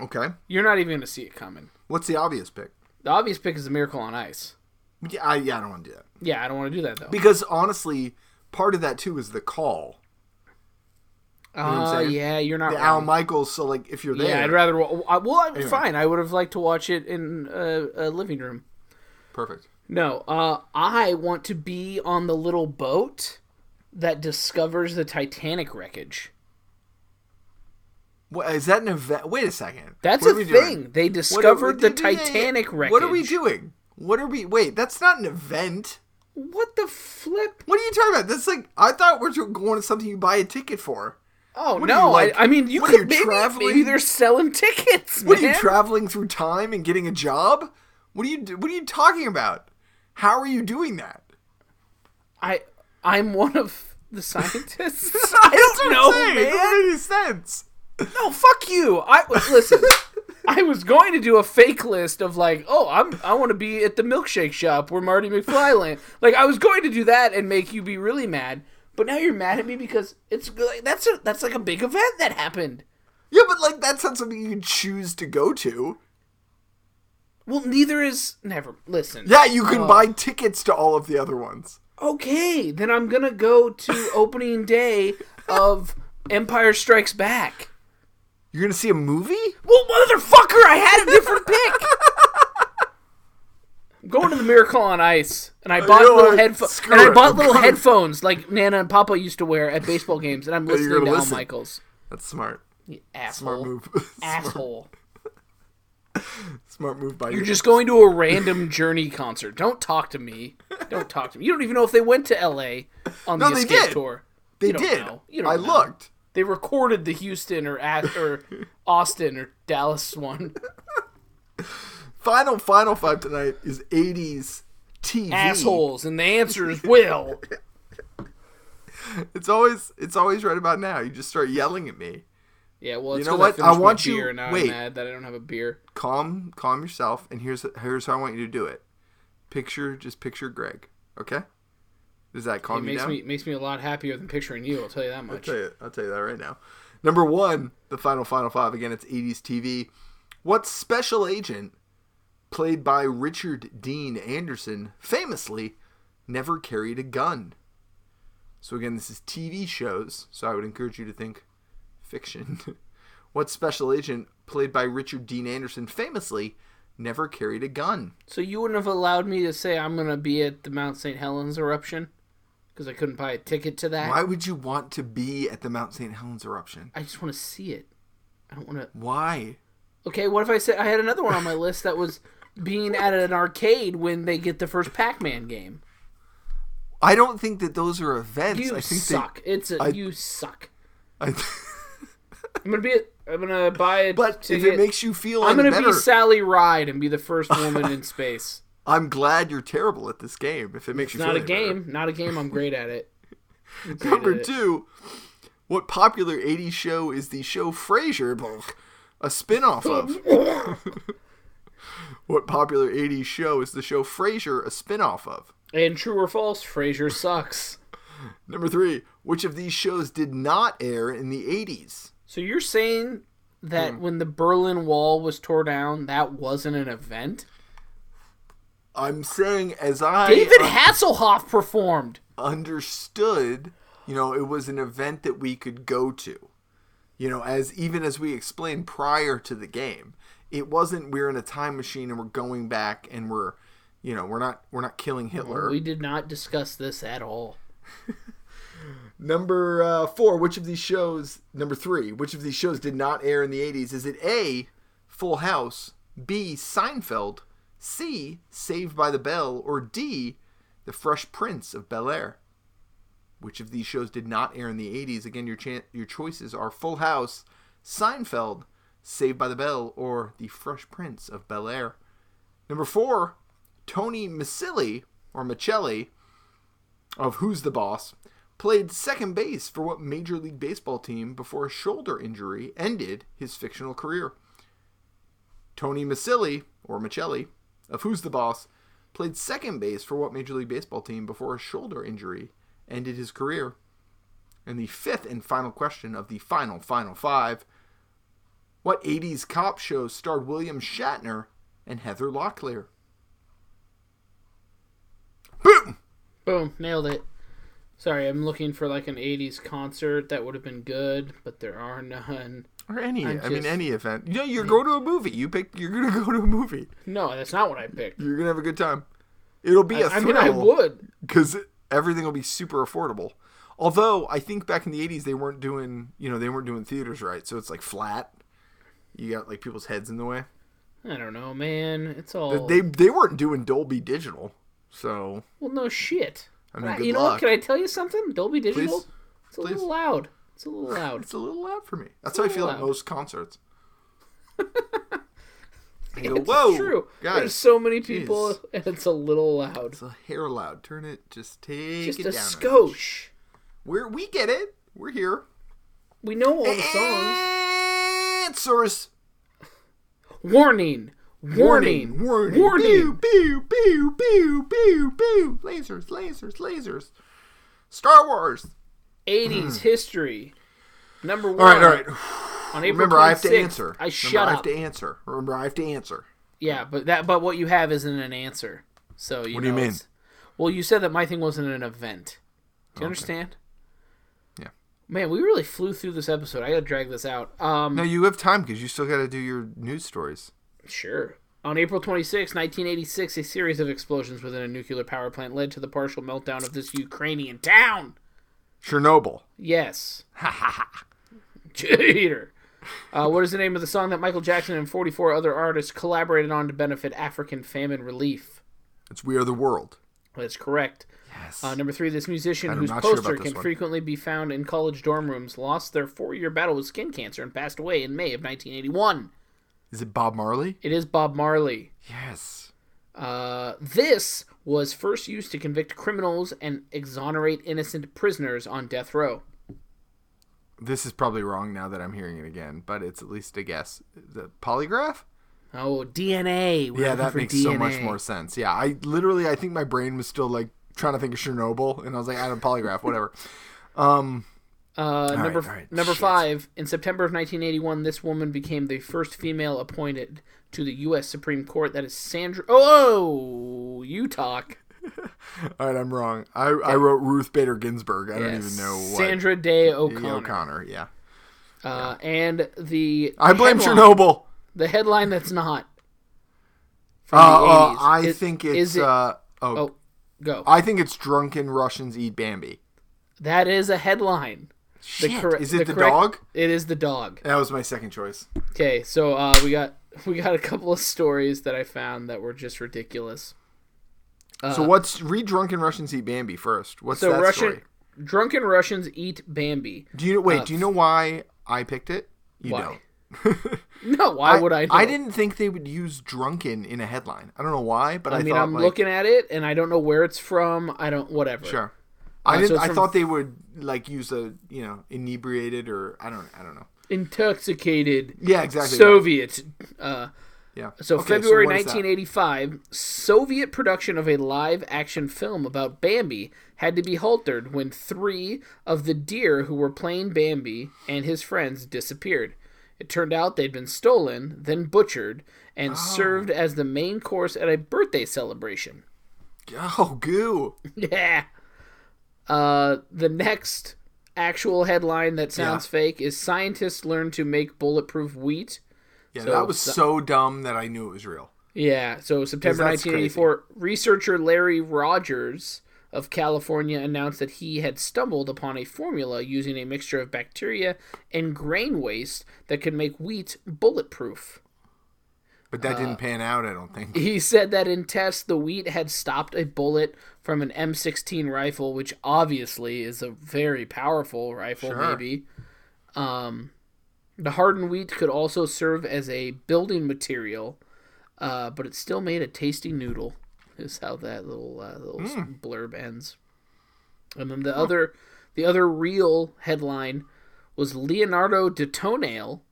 Okay.
You're not even gonna see it coming.
What's the obvious pick?
The obvious pick is the Miracle on Ice.
Yeah, I, yeah, I don't want to do that
Yeah, I don't want to do that though.
because honestly, part of that too is the call.
Oh
what I'm saying?
yeah, you're not.
The Al
wrong.
Michaels. So like, if you're there,
yeah, I'd rather. wa- I- Well, I'm fine. I would have liked to watch it in a, a living room.
perfect.
No, uh, I want to be on the little boat that discovers the Titanic wreckage.
What, is that an event? Wait a second.
That's
What
a
are we
thing.
doing?
They
What are-
discovered
yeah,
the
yeah, yeah, yeah.
Titanic wreckage.
What are we doing? What are we? Wait, that's not an event.
What the flip?
What are you talking about? That's like I thought we we're going to something you buy a ticket for.
Oh
What are
no!
you, like-
I, I mean, you
what are
could
you
maybe,
traveling?
maybe they're selling tickets,
What are
man.
you traveling through time and getting a job? What are you do- What are you talking about? How are you doing that?
I I'm one of the scientists.
I
don't know,
It
man.
doesn't make any sense.
no, fuck you! I listen. I was going to do a fake list of like, oh, I'm I want to be at the milkshake shop where Marty McFly land. Like I was going to do that and make you be really mad, but now you're mad at me because it's like, that's a that's like a big event that happened.
Yeah, but like that's not something you can choose to go to.
Well, neither is never. Listen.
Yeah, you can
Uh.
buy tickets to all of the other ones.
Okay, then I'm gonna go to opening day of Empire Strikes Back.
You're gonna see a movie?
Well, motherfucker, I had a different pick. I'm going going to the Miracle on Ice, and
Oh,
I
know
bought little
what?
headphones.
Screw
And I
it.
bought
I'm
little
gonna-
headphones like Nana and Papa used to wear at baseball games, and I'm
you're
listening
gonna
to Al
listen.
Michaels.
That's smart.
Asshole.
Smart move.
Ah. Asshole.
Smart move by
You're just going to a random Journey concert. Don't talk to me. Don't talk to me. You don't even know if they went to L.A. on
No,
the
they
Escape
did.
tour.
They
you don't
did.
know. You don't
I
know.
looked.
They recorded the Houston or at, or Austin or Dallas one.
Final final five tonight is 80s TV.
Assholes, and the answer is Will.
It's always it's always right about now. You just start yelling at me.
Yeah, well, it's
know
'cause
what? I
I, finished my
want you-
beer and now
wait.
I'm mad that I don't have a beer.
Calm calm yourself and here's here's how I want you to do it. Picture just picture Greg, okay? Does that calm
It
you
makes
down?
me makes me a lot happier than picturing you. I'll tell you that
I'll
much.
tell you I'll tell you that right now. Number 1, the final final five again it's 80s TV. What special agent played by Richard Dean Anderson famously never carried a gun? So again, this is TV shows, so I would encourage you to think fiction. what special agent played by Richard Dean Anderson famously never carried a gun?
So you wouldn't have allowed me to say I'm gonna be at the Mount St. Helens eruption because I couldn't buy a ticket to that.
Why would you want to be at the Mount St. Helens eruption?
I just want to see it. I don't want to.
Why?
Okay, what if I said I had another one on my list that was being at an arcade when they get the first Pac-Man game?
I don't think that those are events.
You
I think they-
suck. It's a
I-
you suck.
I-
I'm gonna be. A, I'm gonna buy it.
but if it makes you feel
I'm
any
gonna
better,
be Sally Ride and be the first woman in space.
I'm glad you're terrible at this game. If it makes you
Not
feel
a
any better.
game. Not a game. I'm great at it. I'm great
Number
at it.
two, what popular 80s show is the show Frasier, blech, a spin off of? what popular 80s show is the show Frasier, a spin off of?
And true or false, Frasier sucks.
Number three, which of these shows did not air in the 80s?
So you're saying that
Hmm.
when the Berlin Wall was tore down, that wasn't an event?
I'm saying, as I
David
uh,
Hasselhoff performed.
understood, you know, it was an event that we could go to. You know, as even as we explained prior to the game, it wasn't we're in a time machine and we're going back and we're, you know, we're not we're not killing Hitler.
We did not discuss this at all.
Number uh, four, which of these shows? Number three, which of these shows did not air in the '80s? Is it A, Full House, B, Seinfeld, C, Saved by the Bell, or D, The Fresh Prince of Bel Air? Which of these shows did not air in the '80s? Again, your chan your choices are Full House, Seinfeld, Saved by the Bell, or The Fresh Prince of Bel Air. Number four, Tony Miceli or Michelli of Who's the Boss, played second base for what Major League Baseball team before a shoulder injury ended his fictional career? Tony Maselli, or Michelli, of Who's the Boss, played second base for what Major League Baseball team before a shoulder injury ended his career? And the fifth and final question of the final, final five What 80s cop show starred William Shatner and Heather Locklear? Boom!
Boom, nailed it. Sorry, I'm looking for like an 80s concert that would have been good, but there are none.
Or any, i mean,
just-
any event. You know, you go to a movie. You pick. You're gonna go to a movie.
No, that's not what I picked.
You're gonna have a good time. It'll be a
I mean,
thrill.
I would.
because everything will be super affordable. Although I think back in the '80s they weren't doing, you know, they weren't doing theaters right, so it's like flat. You got like people's heads in the way.
I don't know, man. It's
But
all.
They they weren't doing Dolby Digital, so
Well, no shit.
I mean,
Uh,
good
you know
luck.
what? Can I tell you something? Dolby Digital?
Please?
it's a
please.
little loud. It's a little loud.
It's a little loud for me. That's how I feel at
loud.
most concerts. I go,
It's
whoa,
true. There's
guys,
so many people, and it's a little loud.
it's a hair loud. Turn it, just take
Just
it
a
down. notch.
skosh.
We're we get it. We're here.
We know all the
Eh,
songs.
Answers.
Warning. Warning.
eh. Warning. Pew, pew, pew, pew, pew, pew. Lasers, lasers, lasers. Star Wars.
80s history. Number one.
Hmm. All right, all right.
On April
Remember, I have to
26th,
answer.
I
Remember,
shut
I
up.
have to answer. Remember, I have to answer.
Yeah, but that but what you have isn't an answer. So you
What do you
know,
mean?
it's- Well, you said that my thing wasn't an event. Do you understand?
Yeah.
Man, we really flew through this episode. I gotta drag this out. Um,
No, you have time because you still got to do your news stories.
sure. On April 26, 1986, a series of explosions within a nuclear power plant led to the partial meltdown of this Ukrainian town.
Chernobyl.
Yes. Cheater. Uh, what is the name of the song that Michael Jackson and 44 other artists collaborated on to benefit African famine relief?
It's We Are the World.
That's correct. Yes. Uh, number three, this musician
I'm
whose
not sure about
poster
this
can
one.
frequently be found in college dorm rooms lost their four year battle with skin cancer and passed away in May of 1981.
Is it Bob Marley?
It is Bob Marley.
Yes.
Uh, this was first used to convict criminals and exonerate innocent prisoners on death row.
This is probably wrong now that I'm hearing it again, but it's at least a guess. The polygraph?
Oh, DNA. We're
Yeah,
looking
that
for
makes so much
DNA.
more sense. Yeah, I literally I think my brain was still like trying to think of Chernobyl and I was like, I don't polygraph, whatever.
Uh, number
all right.
number
Shit.
five. In September of 1981, this woman became the first female appointed to the U.S. Supreme Court. That is Sandra. Oh, you talk.
All right, I'm wrong. I, I wrote Ruth Bader Ginsburg. I don't
Yes.
even know what
Sandra Day
O'Connor.
O'Connor.
yeah.
Uh, and the
I blame
headline-
Chernobyl.
The headline that's not.
Uh,
from the
uh,
80s.
I
Is-
think
is
it's
it-
uh oh,
oh, go.
I think it's drunken Russians eat Bambi.
that is a headline. The
Shit,
corre-
is it the,
correct-
dog?
It is the dog.
That was my second choice.
Okay, so uh, we got we got a couple of stories that I found that were just ridiculous.
so what's read drunken Russians eat Bambi first? What's
Uh, So
that
Russian
story?
drunken Russians eat Bambi.
Do you wait? do you know why I picked it? You
Why?
don't.
No, why would I? Know?
I didn't think they would use drunken in a headline. I don't know why, but I,
I mean,
thought
I'm
like,
looking at it and I don't know where it's from. I don't. Whatever.
sure. I
so
didn't.
it's
I
from-
thought they would like use a you know inebriated or I don't I don't know.
Intoxicated.
Yeah, exactly. right.
Soviet. Uh,
Yeah.
so
Okay,
February
what is that?
1985, Soviet production of a live-action film about Bambi had to be halted when three of the deer who were playing Bambi and his friends disappeared. It turned out they'd been stolen, then butchered, and
Oh.
served as the main course at a birthday celebration.
Oh, goo.
Yeah. Uh, the next actual headline that sounds
Yeah.
fake is scientists learn to make bulletproof wheat.
Yeah,
So
that was
so-
so dumb that I knew it was real.
Yeah. So September
that's
1984, researcher Larry Rogers of California announced that he had stumbled upon a formula using a mixture of bacteria and grain waste that could make wheat bulletproof.
But that
Uh,
didn't pan out, I don't think.
He said that in tests, the wheat had stopped a bullet from an M16 rifle, which obviously is a very powerful rifle,
Sure.
maybe. Um, the hardened wheat could also serve as a building material, uh, but it still made a tasty noodle, is how that little, uh, little s- blurb ends. And then the other. The other real headline was Leonardo de Toenail,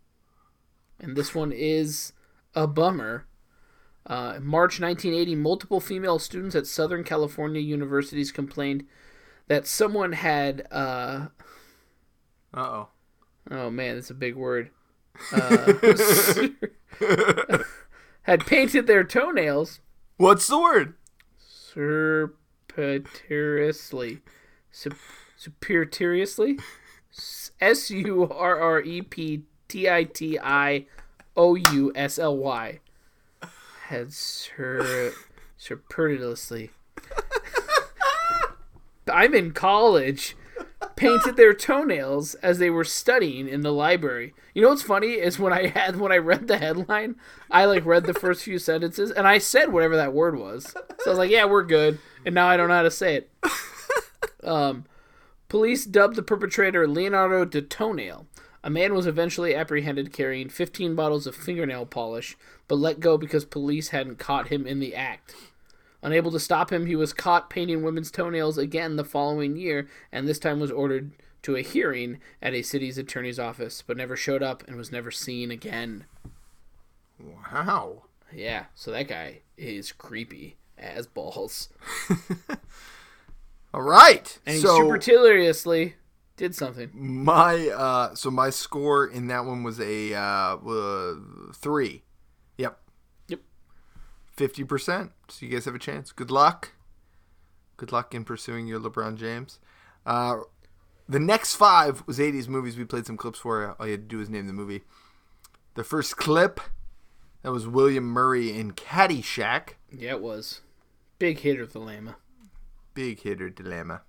and this one is a bummer. Uh, in March 1980, multiple female students at Southern California universities complained that someone had, uh,
Uh oh.
oh man, that's a big word, uh, had painted their toenails
What's the word?
surreptitiously. Sup- Surreptitiously? S U R R E P T I T I O U S L Y. Had sur- surreptitiously. I'm in college. Painted their toenails as they were studying in the library. You know what's funny is when I had when I read the headline, I like read the first few sentences and I said whatever that word was. So I was like, "Yeah, we're good." And now I don't know how to say it. Um, police dubbed the perpetrator Leonardo de Toenail. A man was eventually apprehended carrying 15 bottles of fingernail polish, but let go because police hadn't caught him in the act. Unable to stop him, he was caught painting women's toenails again the following year, and this time was ordered to a hearing at a city's attorney's office, but never showed up and was never seen again.
Wow.
Yeah, so that guy is creepy as balls.
All right.
And he
so
superciliously did something.
my uh, so my score in that one was a uh, uh, three. Yep.
Yep.
Fifty percent. So you guys have a chance. Good luck. Good luck in pursuing your LeBron James. Uh, the next five was '80s movies. We played some clips for you. All you had to do was name the movie. The first clip That was William Murray in Caddyshack.
Yeah, it was. Big hit of the Lama.
Big hitter dilemma.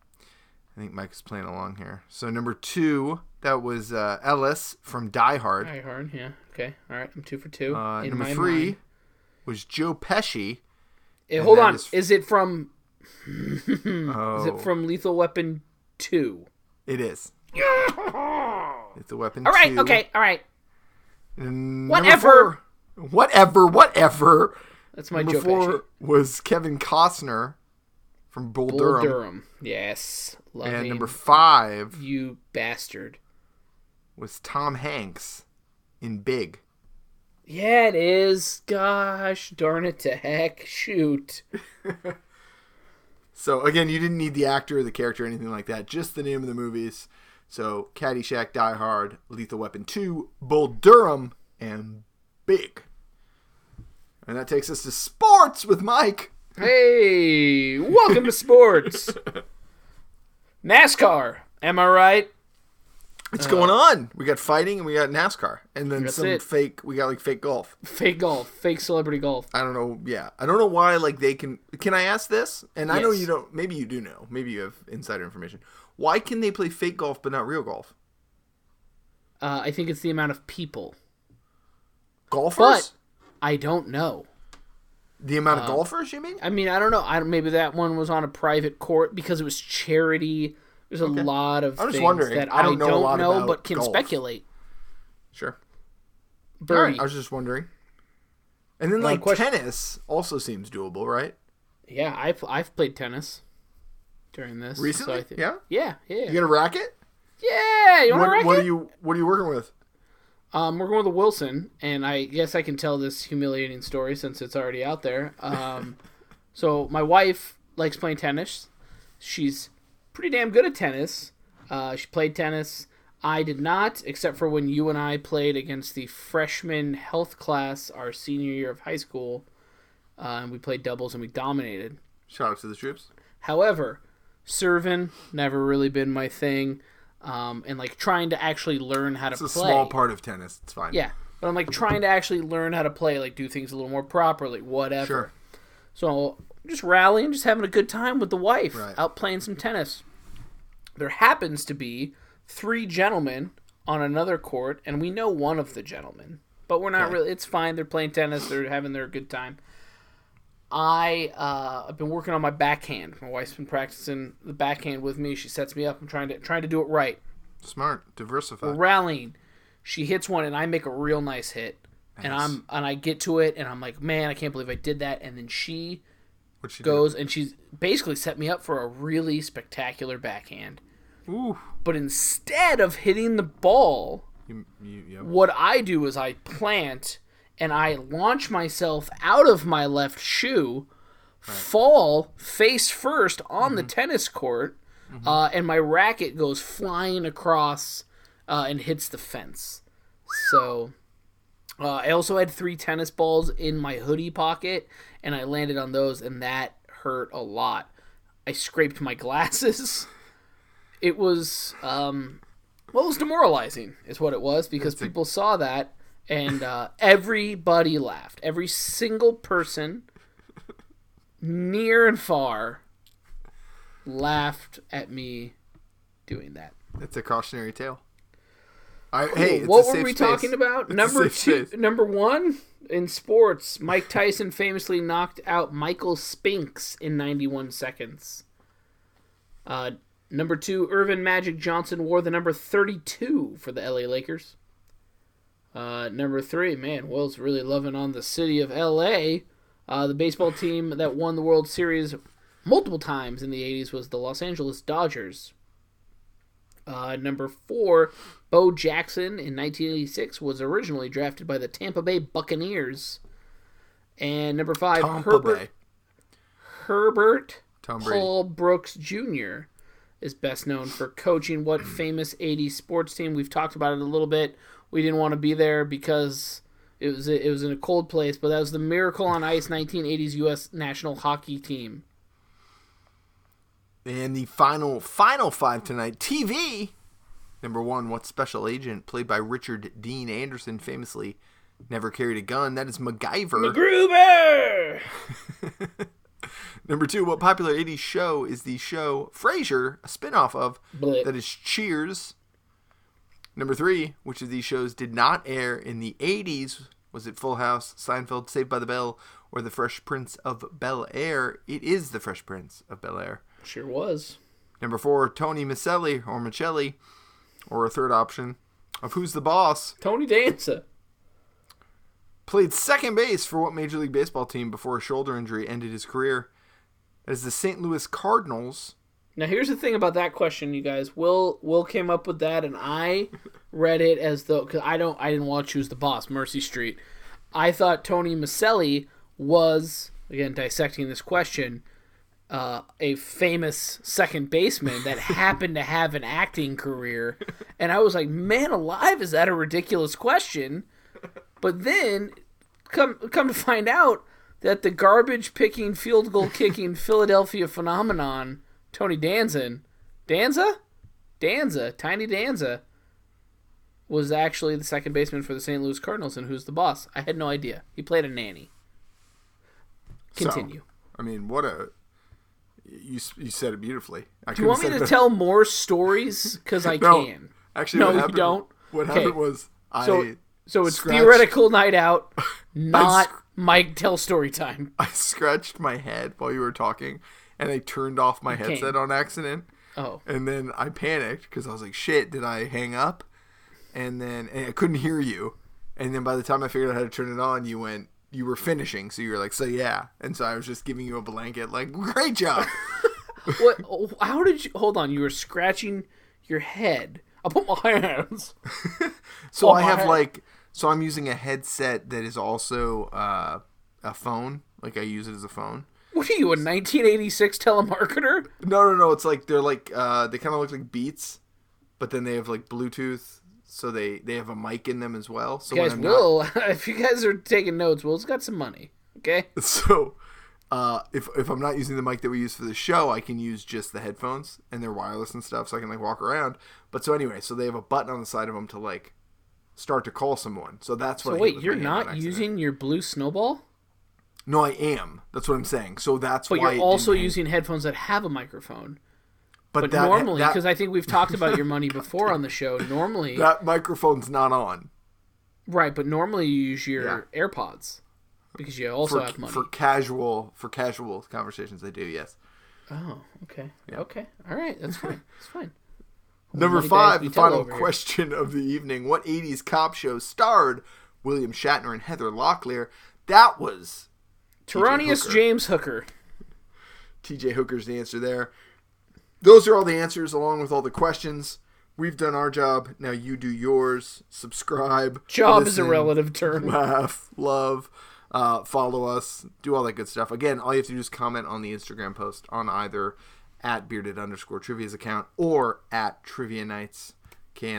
I think Mike's playing along here. So number two, that was uh, Ellis from Die Hard.
Die Hard, yeah. Okay, all right. I'm two for two.
Uh,
In
number
my
three
mind.
was Joe Pesci.
Eh, hold
that
on.
is-
Is... it from
Oh,
Hmm. is it from Lethal Weapon two?
it is. it's a weapon.
All right.
two.
Okay. All right.
And number
Whatever.
four- whatever. Whatever.
That's my
number
joke.
four
actually.
was Kevin Costner from Bull,
Bull
Durham.
Durham. Yes. Loving
And number five
you bastard.
was Tom Hanks in Big.
Yeah, it is. Gosh darn it to heck. Shoot.
So again, you didn't need the actor or the character or anything like that. Just the name of the movies. So Caddyshack, Die Hard, Lethal Weapon 2, Bull Durham, and Big. And that takes us to sports with Mike.
Hey, welcome to sports. NASCAR. Am I right?
What's going on? We got fighting and we got NASCAR, and then
Uh, That's
some
it.
fake. We got like fake golf.
Fake golf. Fake celebrity golf.
I don't know. Yeah, I don't know why. Like they can. Can I ask this? And I know
Yes.
you don't. Maybe you do know. Maybe you have insider information. Why can they play fake golf but not real golf?
Uh, I think it's the amount of people.
Golfers?
I don't know.
the amount of golfers you mean?
um, I mean, I don't know. I don't, maybe that one was on a private court because it was charity. There's a lot of
I'm just
things
wondering.
that
I
I
don't
don't,
know a lot about
but can
golf.
speculate.
Sure. All
Birdie.
right, I was just wondering. And then,
Not a
like,
question.
tennis also seems doable, right?
Yeah, I pl- I've played tennis during this. so I
Recently?
think-
Yeah?
Yeah, yeah.
You got a racket?
yeah, you want
What,
to
what are
reckon?
you What are you working with?
Um, we're going with a Wilson, and I guess I can tell this humiliating story since it's already out there. Um, so my wife likes playing tennis. She's pretty damn good at tennis. Uh, she played tennis. I did not, except for when you and I played against the freshman health class our senior year of high school, uh, and we played doubles and we dominated.
Shout out to the troops.
However, serving never really been my thing, um, and like trying to actually learn how to
It's a
play.
small part of tennis. It's fine.
Yeah, but I'm like trying to actually learn how to play, like do things a little more properly, whatever.
Sure.
So just rallying, just having a good time with the wife,
Right.
out playing some tennis. There happens to be three gentlemen on another court, and we know one of the gentlemen, but we're not really. It's fine. They're playing tennis. They're having their good time. I uh, I've been working on my backhand. My wife's been practicing the backhand with me. She sets me up. I'm trying to trying to do it right
Smart. Diversify.
rallying. She hits one, and I make a real nice hit. And I'm and I get to it, and I'm like, man, I can't believe I did that. And then she
What'd she do?
goes, and she's basically set me up for a really spectacular backhand.
Ooh.
But instead of hitting the ball,
You, you, yeah.
what I do is I plant and I launch myself out of my left shoe, fall face first on the tennis court, uh, and my racket goes flying across uh, and hits the fence. So. Uh, I also had three tennis balls in my hoodie pocket, and I landed on those, and that hurt a lot. I scraped my glasses. It was um, well, it was demoralizing, is what it was, because people saw that, and uh, everybody laughed. Every single person, near and far, laughed at me doing that.
It's a cautionary tale. I, hey, it's
what
a
were
safe
we
space.
talking about?
It's a
number
safe
two,
space.
number one in sports, Mike Tyson famously knocked out Michael Spinks in 91 seconds. Uh, number two, Irvin Magic Johnson wore the number 32 for the LA Lakers. Uh, number three, man, Will's really loving on the city of LA. Uh, the baseball team that won the World Series multiple times in the 80s was the Los Angeles Dodgers. Uh, number four, Bo Jackson in 1986 was originally drafted by the Tampa Bay Buccaneers. And number five,
Tom
Herbert
Pabay.
Herbert
Tom Brady.
Paul Brooks Jr. is best known for coaching what famous 80s sports team? We've talked about it a little bit. We didn't want to be there because it was it was in a cold place, but that was the Miracle on Ice 1980s U.S. national hockey team.
And the final final five tonight, TV. Number one, what special agent played by Richard Dean Anderson famously never carried a gun. That is MacGyver.
Gruber.
Number two, what popular 80s show is the show Frasier, a spin-off of
Blech.
that is Cheers? Number three, which of these shows did not air in the 80s? Was it Full House, Seinfeld, Saved by the Bell, or The Fresh Prince of Bel Air? It is The Fresh Prince of Bel Air.
Sure was.
Number four, Tony Maselli or Michelli, or a third option of Who's the Boss,
Tony Danza.
played second base for what Major League Baseball team before a shoulder injury ended his career? That is the St. Louis Cardinals.
Now here's the thing about that question, you guys. Will Will came up with that, and I read it as though because I don't I didn't watch Who's the Boss Mercy Street. I thought Tony Maselli was again dissecting this question, uh, a famous second baseman that happened to have an acting career, and I was like, man alive, is that a ridiculous question? But then come come to find out that the garbage picking, field goal kicking Philadelphia phenomenon, Tony Danzan, Danza, Danza, Tiny Danza, was actually the second baseman for the St. Louis Cardinals, and who's the boss? I had no idea. He played a nanny. Continue.
I mean, what a you you said it beautifully. I
Do you want me to tell more stories? Because I
No,
can.
Actually,
No,
what
you
happened,
don't.
What
Okay.
happened was I
So, so it's
scratched-
theoretical night out, not
sc-
Mike tell story time.
I scratched my head while you were talking, and I turned off my headset on accident,
Oh,
and then I panicked because I was like, "Shit, did I hang up?" And then and I couldn't hear you, and then by the time I figured out how to turn it on, you went. You were finishing, so you were like, "So yeah," and so I was just giving you a blanket, like, "Great job."
what? oh, How did you? Hold on. You were scratching your head. I put my hands.
So
Oh,
I
my
have
head.
like so I'm using a headset that is also uh, a phone. Like I use it as a phone.
What are you, a 1986 telemarketer?
No, no, no. It's like they're like uh, they kind of look like Beats, but then they have like Bluetooth, so they they have a mic in them as well. So when
Guys,
I'm
Will, if you guys are taking notes, Will's got some money. Okay.
not, so uh, if if I'm not using the mic that we use for the show, I can use just the headphones and they're wireless and stuff, so I can like walk around. But so anyway, so they have a button on the side of them to like start to call someone. So that's what.
So
I hit
wait,
with
you're
my hand on
not
accident.
using your blue snowball,
No, I am. That's what I'm saying. So that's
but
why. it
you're also
didn't hang.
using headphones that have a microphone.
But,
But
that,
normally,
that-
because I think we've talked about your money before on the show, normally,
that microphone's not on
right? But normally you use your AirPods because you also
for,
have money.
for casual for casual conversations. They do yes.
Oh, okay, okay, all right, that's fine, that's fine.
Number
money bags
five,
we
the
tell
final
over here.
question of the evening: What '80s cop show starred William Shatner and Heather Locklear? That was
Tyronius
Hooker.
James Hooker.
T.J. Hooker's the answer there. Those are all the answers along with all the questions. We've done our job. Now you do yours. Subscribe.
Job is a
listen.
relative term.
laugh, love, uh, follow us, do all that good stuff. Again, all you have to do is comment on the Instagram post on either at bearded underscore trivia's account or at trivia nights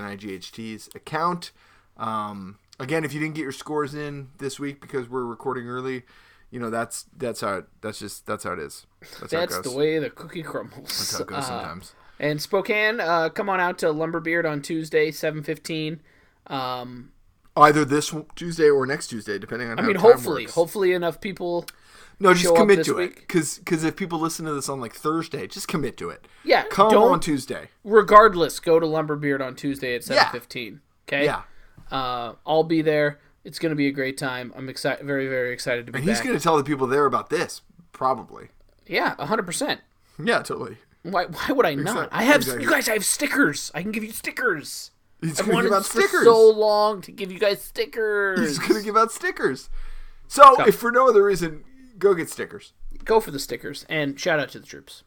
k-n-i-g-h-t's account um, again if you didn't get your scores in this week because we're recording early you know that's that's how it, that's just that's how it is that's, how it
That's
goes
the way the cookie crumbles.
that's how it goes
Uh,
sometimes
And Spokane, uh, come on out to Lumberbeard on Tuesday, seven fifteen. Um,
either this tuesday or next tuesday depending on
I
how
mean,
time
hopefully,
works.
hopefully enough people.
No, just
show up
commit
this
to it.
week?
Because if people listen to this on like Thursday, just commit to it.
Yeah,
Come
don't-
on Tuesday.
Regardless, go to Lumberbeard on Tuesday at seven fifteen. Okay.
Yeah.
Uh, I'll be there. It's gonna be a great time. I'm excited, very, very excited to be
And
back.
he's going to tell the people there about this, probably.
Yeah, hundred percent.
Yeah, totally.
Why? Why would I not? I have
exactly.
you guys. I have stickers. I can give you stickers.
He's
I've
going to
wanted
give out
for
stickers.
so long to give you guys stickers.
He's going to give out stickers. So, if for no other reason, go get stickers.
Go for the stickers and shout out to the troops.